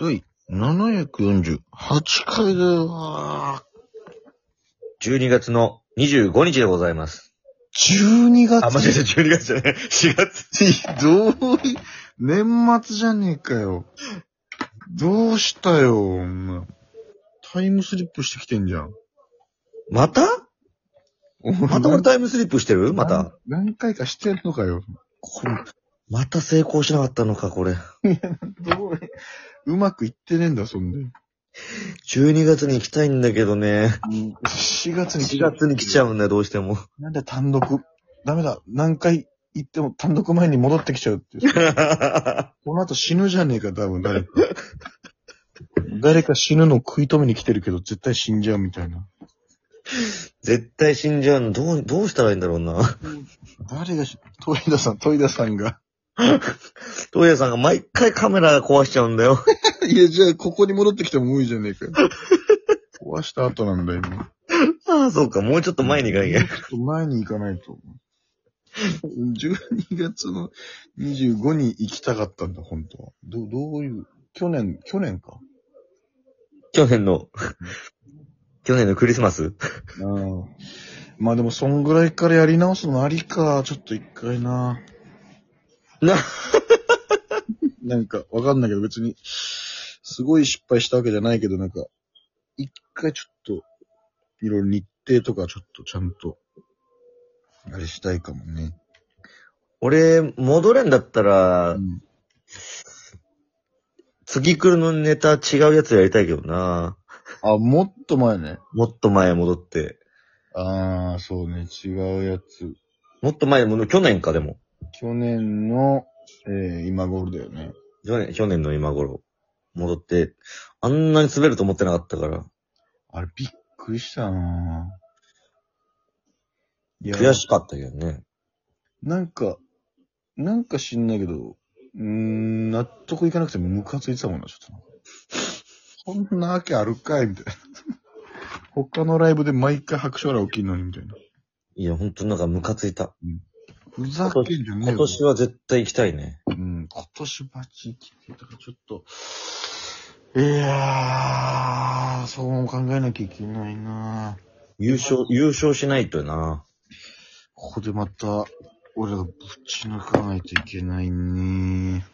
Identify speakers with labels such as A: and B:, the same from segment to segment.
A: 第748回だよ。
B: 12月の25日でございます。
A: 12月。
B: あ、間違えた、12月じゃない。4月。
A: ひどい。年末じゃねえかよ。どうしたよ、お前タイムスリップしてきてんじゃん。
B: またまた俺
A: た
B: タイムスリップしてるまた。。
A: 何何回かしてんのかよ。
B: これまた成功しなかったのか、これ。
A: どううまくいってねえんだ、そんで。
B: 12月に行きたいんだけどね。
A: 4月に
B: 4月に来ちゃうんだよ、どうして も。
A: なんで単独、ダメだ、何回行っても単独前に戻ってきちゃうっていう。この後死ぬじゃねえか、多分誰か。誰か死ぬのを食い止めに来てるけど、絶対死んじゃうみたいな。
B: 絶対死んじゃうの。どう、どうしたらいいんだろうな。
A: 誰がし、トイダさん、トイダさんが。
B: 東野さんが毎回カメラ壊しちゃうんだ よ。
A: いや、じゃあ、ここに戻ってきても無理じゃねえかよ。壊した後なんだよ、今。
B: ああ、そうか。もうちょっと前に行かなきゃ。
A: ちょっと前に行かないと。12月の25に行きたかったんだ、本当は。ど、どういう、去年、去年か。
B: 去年の、去年のクリスマス
A: うん。まあでも、そんぐらいからやり直すのありか、ちょっと一回な。
B: な、
A: なんか、わかんないけど、別に、すごい失敗したわけじゃないけど、なんか、一回ちょっと、いろいろ日程とかちょっとちゃんと、あれしたいかもね。
B: 俺、戻れんだったら
A: う、ん
B: 次来るのネタ違うやつやりたいけどな。
A: あ、もっと前ね。
B: もっと前戻って。
A: あー、そうね、違うやつ。
B: もっと前、もう去年か、でも。
A: 去年の、えー、今頃だよね。
B: 去年、去年の今頃。戻って、あんなに滑ると思ってなかったから。
A: あれ、びっくりしたなぁ。いや
B: 悔しかったけどね。
A: なんか、なんか知んないけど、うーん、納得いかなくてムカついてたもんな、ちょっとなんか。そんなわけあるかいみたいな。 他のライブで毎回拍手笑起きんのに、みたいな。
B: いや、ほんとなんかムカついた。
A: ふざけんじゃねえ
B: 今
A: よ。
B: 年は絶対行きたいね。
A: うん、今年バチ切ってたから、ちょっと。いやー、そうも考えなきゃいけないなぁ
B: 優勝、優勝しないとな。
A: ここでまた、俺がぶち抜かないといけないね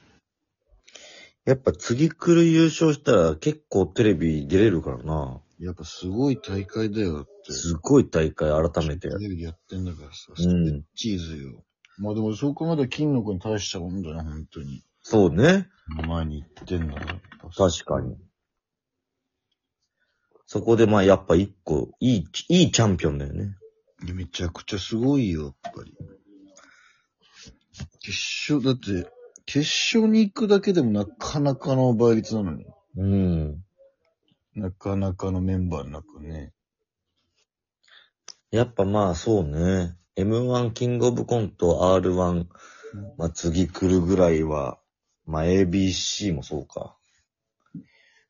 B: やっぱ次来る優勝したら結構テレビ出れるからな。
A: やっぱすごい大会だよ、だって。
B: すごい大会改めて。
A: テレビでやってんだからさ、
B: うん。
A: チーズよ。まあでもそこまで金の子に対したもんだな、本当に。
B: そうね。
A: 前に行ってんだから。やっぱ
B: 確かに。そこでまあやっぱ一個、いい、いいチャンピオンだよね。
A: いやめちゃくちゃすごいよ、やっぱり。決勝、だって、決勝に行くだけでもなかなかの倍率なのに。
B: うん。
A: なかなかのメンバーの中ね。
B: やっぱまあそうね。M1、キングオブコント、R1、まあ次来るぐらいは、まあ ABC もそうか。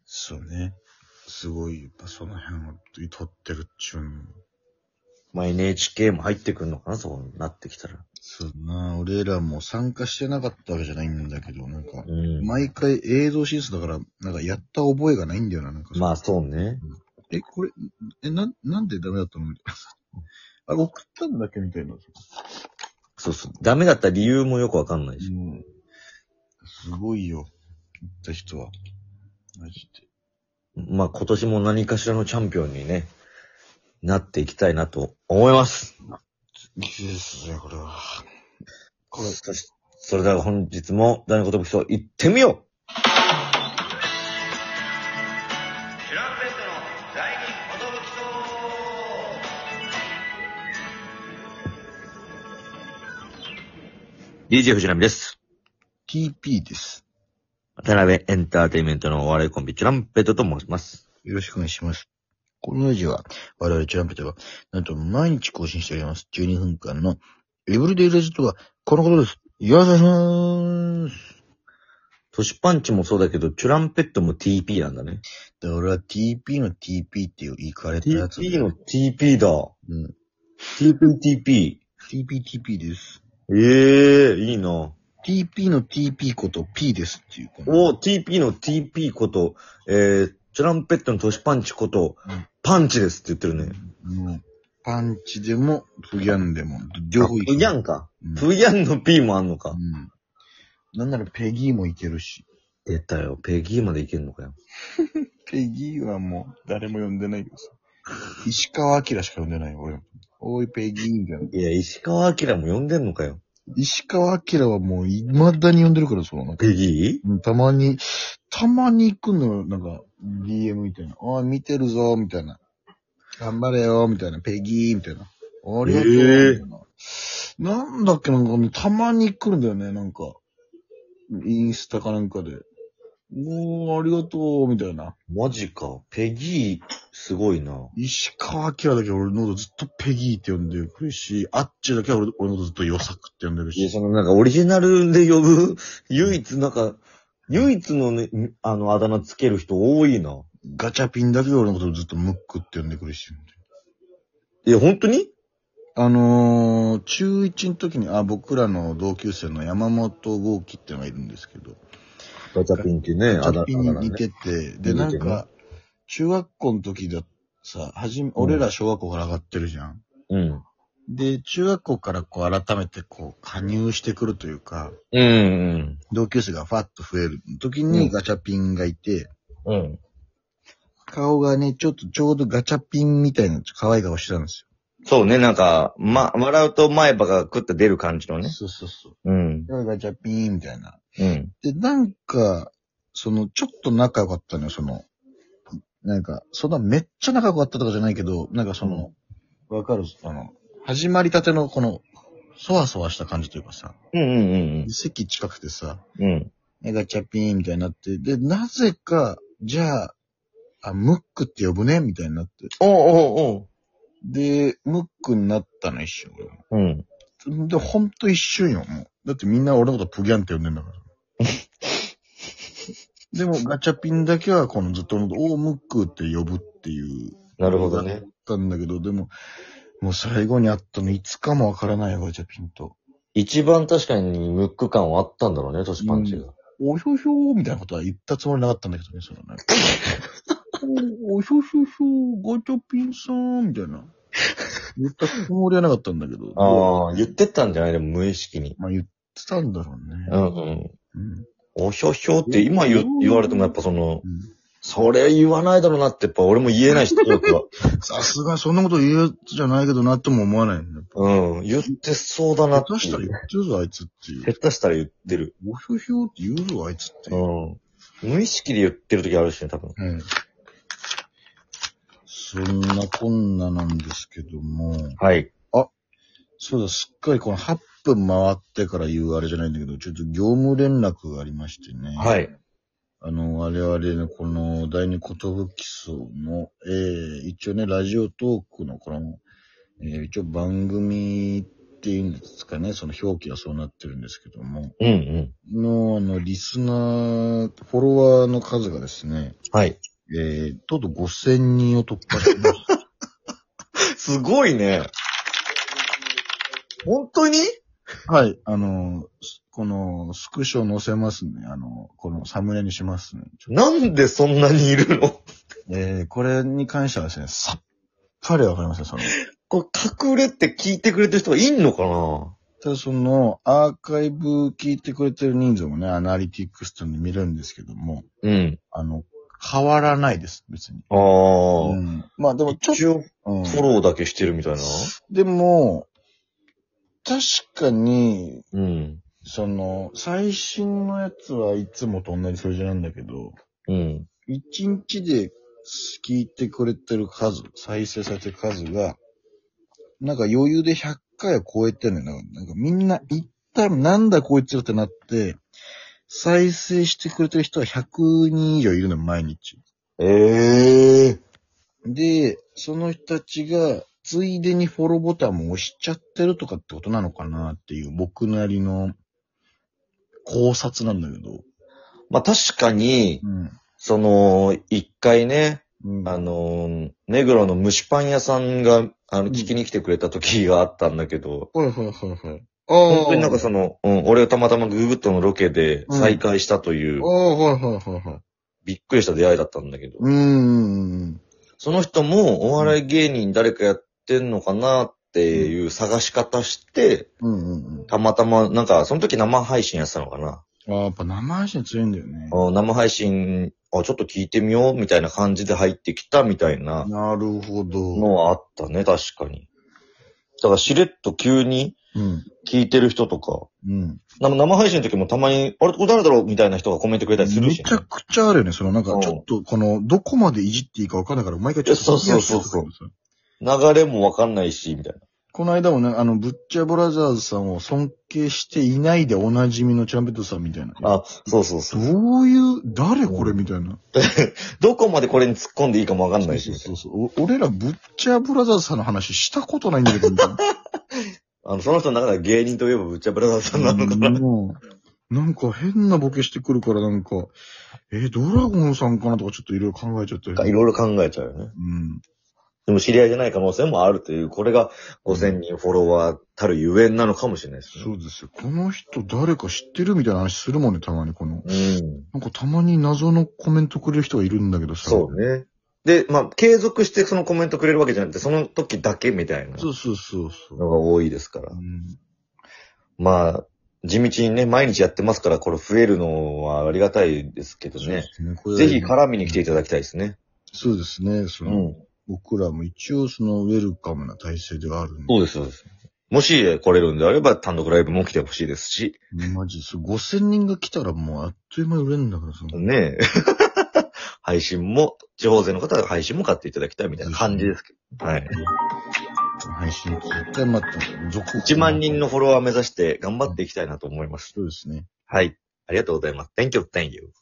A: そうね。すごい、やっぱその辺を取ってるっちゅうのも。
B: まあ NHK も入ってくるのかな、そうなってきたら。
A: そうだな、俺らも参加してなかったわけじゃないんだけど、なんか、
B: うん。
A: 毎回映像審査だから、なんかやった覚えがないんだよな、なんか。
B: まあそうね。
A: え、これ、え、な、なんでダメだったのみたいな。あれ、送ったんだっけみたいな。
B: そうそう。ダメだった理由もよくわかんないし。
A: うん。すごいよ。行った人は。マジで。
B: まあ今年も何かしらのチャンピオンにね、なっていきたいなと思います。
A: いいですね、これは。これ、
B: そしそれでは本日も、誰のことぶきそう、行ってみよう !DJ 藤波です。
A: TP です。
B: 渡辺エンターテインメントのお笑いコンビ、チュランペットと申します。
A: よろしくお願いします。このラジオは、我々チュランペットが、なんと毎日更新しております。12分間の、エブリデイラジオとは、このことです。よろしくお願いします。
B: トシパンチもそうだけど、チュランペットも TP なんだね。
A: で俺は TP の TP っていう言い換えたやつ。
B: TP だ。
A: うん。
B: TPTP。
A: TPTP です。
B: ええいいな。
A: TP の TP こと P ですっていう。
B: おー TP の TP こと、えー、トランペットのトシパンチこと
A: うん、
B: パンチですって言ってるね。
A: もうパンチでも、プギャンでも、
B: あ
A: 両方
B: プ
A: いける
B: ギャンか。
A: うん
B: プギャンの P もあんのか。
A: うん。なんならペギーもいけるし。
B: 出たよ。ペギーまでいけんのかよ。
A: ペギーはもう誰も呼んでないけどさ。 石川明しか呼んでないよ、俺。おい、ペギーみたいな。
B: いや、石川明も呼んでんのかよ。
A: 石川明はもう未だに呼んでるから、そのなんか。
B: ペギ
A: うんたまに、たまに行くのよ、なんか、DM みたいな。おい、見てるぞ、みたいな。頑張れよ、みたいな。ペギー、みたいな。ありがとう、み
B: へえ
A: たいな。なんだっけ、なんかね、たまに来るんだよね、なんか。インスタかなんかで。おー、ありがとう、みたいな。
B: ーマジか。ペギー、すごいな。
A: 石川明だけ俺のことずっとペギーって呼んでくるし、あっちだけは俺俺のことずっとヨサクって呼んでる
B: いや、
A: し。
B: そのなんかオリジナルで呼ぶ、 唯一なんか、唯一のね、あの、あだ名つける人多いな。
A: ガチャピンだけは俺のことずっとムックって呼んでくるし。
B: いや、本当に
A: あのー、中1の時に、あ、僕らの同級生の山本豪輝ってのがいるんですけど、
B: ガチャピンっていうね、
A: ちょっ
B: あだあだ
A: ぴに
B: 名
A: 似
B: ね。
A: てて、で、なんか、中学校の時ださ、はじめ、俺ら小学校から上がってるじゃん。
B: うん。
A: で、中学校からこう改めてこう加入してくるというか、
B: うん、うん。
A: 同級生がファッと増える時
B: う
A: に
B: ん
A: ガチャピンがいて、
B: うん。
A: 顔がね、ちょっとちょうどガチャピンみたいな可愛い顔してたんです
B: そうね、なんか、ま、笑うと前歯がクッと出る感じの
A: よ。
B: ね。
A: そうそうそう。
B: うん。
A: でガチャピンみたいな。
B: うん。
A: で、なんか、その、ちょっと仲良かったのよ、その、なんか、そんなめっちゃ仲良かったとかじゃないけど、なんかその、わかるあの、始まりたてのこの、そわそわした感じというかさ、
B: うんうん
A: 席近くてさ、
B: うん。うん。
A: えガチャピンみたいになって、で、なぜか、じゃあ、あ、ムックって呼ぶねみたいになって。
B: おうおう
A: で、ムックになったの一瞬、俺
B: おう。うん。
A: も。で、ほんと一瞬よ、もう。だってみんな俺のことプギャンって呼んでん だから。でも、ガチャピンだけは、このずっと、オームックって呼ぶっていう。
B: なるほどね。。
A: たんだけど、でも、もう最後に会ったの、いつかもわからないよ、ガチャピンと。
B: 一番確かにムック感はあったんだろうね、トシパンチが。
A: おひょひょーみたいなことは言ったつもりなかったんだけどね、そのなんか。 おおひょひょひょー、ガチャピンさん、みたいな。言ったつもりはなかったんだけど。
B: ああ、言ってったんじゃないでも無意識に。
A: まあ言ってたんだろう
B: う
A: ね。
B: んうん。
A: うん。
B: おひょひょって今言言われてもやっぱその、
A: うん
B: それ言わないだろうなってやっぱ俺も言えないし、強くは。
A: さすがにそんなこと言うやつじゃないけどなとも思わないんだ。
B: うん。言ってそうだな
A: 下
B: ってい
A: 手
B: う。
A: したら言ってるぞ、あいつってい
B: 下
A: う。
B: 手したら言ってる。
A: おひょひょって言うぞ、あいつっていう。
B: うん。無意識で言ってる時あるしね、多分。
A: うん。そんなこんななんですけども。
B: はい。
A: そうだ、すっかりこの8分回ってから言うあれじゃないんだけど、ちょっと業務連絡がありましてね。
B: はい。
A: あの、我々のこの第二言武基礎の、えー、一応ね、ラジオトークのこの、えー、一応番組っていうんですかね、その表記はそうなってるんですけども、
B: うんうん。
A: の、あの、リスナー、フォロワーの数がですね、
B: はい。
A: えー、とうとう5000人を突破しました。
B: すごいね。本当に
A: はい、あの、すこの、スクショ載せますね。あの、このサムネにしますね。ちょ
B: なんでそんなにいるの
A: えー、これに関してはですね、さっぱりわかりません、その。
B: これ隠れって聞いてくれてる人がいんのかな
A: ただその、アーカイブ聞いてくれてる人数もね、アナリティクスというので見れるんですけども、
B: うん。
A: あの、変わらないです、別に。
B: ああ、
A: うん、まあでも、ちょっ
B: 一応フ
A: と、うん
B: ォローだけしてるみたいな。
A: でも、確かに、
B: うん。
A: その、最新のやつはいつもと同じ数字なんだけど、
B: うん。
A: 一日で聞いてくれてる数、再生されてる数が、なんか余裕で100回を超えてんねん。なんかなんかみんな一旦なんだこいつらってなって、再生してくれてる人は100人以上いるのよ、毎日。
B: ええ
A: で、その人たちが、ついでにフォローボタンも押しちゃってるとかってことなのかなっていう、僕なりの考察なんだけど。
B: まあ、確かに、
A: うん。
B: その、一回ね、
A: うん
B: あのー、目黒の蒸しパン屋さんが、あの、
A: うん
B: 聞きに来てくれた時があったんだけど、
A: はいはいはいはい。ああ。
B: 本当になんかその、うん、俺がたまたまグーグッドのロケで
A: うん
B: 再会したという、
A: ああ、はいはいはいはい。
B: びっくりした出会いだったんだけど、
A: うーん。
B: その人もお笑い芸人誰かやってんのかなっていう探し方して、
A: うんうん
B: たまたま、なんか、その時生配信やってたのかな。
A: うん。ああ、やっぱ生配信強いんだよね。
B: あ生配信、あ、ちょっと聞いてみようみたいな感じで入ってきたみたいな
A: なるほど。
B: のはあったね、確かに。だからしれっと急に
A: うん。
B: 聞いてる人とか、
A: うん。
B: なんか生配信の時もたまに、あれ、これ誰だろうみたいな人がコメントくれたりする
A: め
B: し、ね。
A: ちゃくちゃあるよね。そのなんか
B: う、ん
A: ちょっと、この、どこまでいじっていいかわかんないから、毎回ちょっと。
B: そうそうそうそう流れもわかんないし、みたいな。
A: この間もね、あの、ブッチャーブラザーズさんを尊敬していないでおなじみのチャンペットさんみたいな。
B: あ、そうそうそう。
A: どういう、誰これみたいな。
B: どこまでこれに突っ込んでいいかもわかん
A: そ
B: な
A: う
B: いし、
A: そう
B: みたい
A: そ
B: な
A: うそう。お俺らブッチャーブラザーズさんの話したことないんだけど、みたいな。
B: あの、その人の中では芸人といえばブッチャブラザーズさんなのかな。
A: うんなんか変なボケしてくるから、なんか、えドラゴンさんかなとかちょっといろいろ考えちゃった
B: なんかい
A: よ。
B: ろいろ考えちゃうよね。
A: うん。
B: でも知り合いじゃない可能性もあるという、これが5000人フォロワーたるゆえんなのかもしれないです
A: そ
B: ね。
A: うですよ。この人誰か知ってるみたいな話するもんね、たまにこの。
B: うん。
A: なんかたまに謎のコメントくれる人がいるんだけどさ。
B: そうね。で、まあ、継続してそのコメントくれるわけじゃなくて、その時だけみたいな
A: そうそうそうそう。
B: のが多いですから
A: う。ん、
B: まあ、地道にね、毎日やってますから、これ増えるのはありがたいですけど
A: そうで
B: ね。
A: すね。これ
B: ぜひ絡みに来ていただきたいですね。
A: そうですね。そうの、
B: ん。
A: 僕らも一応そのウェルカムな体制ではあるんで。
B: そうです、そうです。もし来れるんであれば、単独ライブも来てほしいですし、
A: マジです。5000人が来たらもうあっという間に売れるんだから、その。
B: ねえ 配信も、地方勢の方は配信も買っていただきたいみたいな感じですけど。はい。
A: 配信絶対待ってます。続
B: 1万人の。フォロワー目指して頑張っていきたいなと思います。
A: そうですね。
B: はい。ありがとうございます。Thank you, thank you.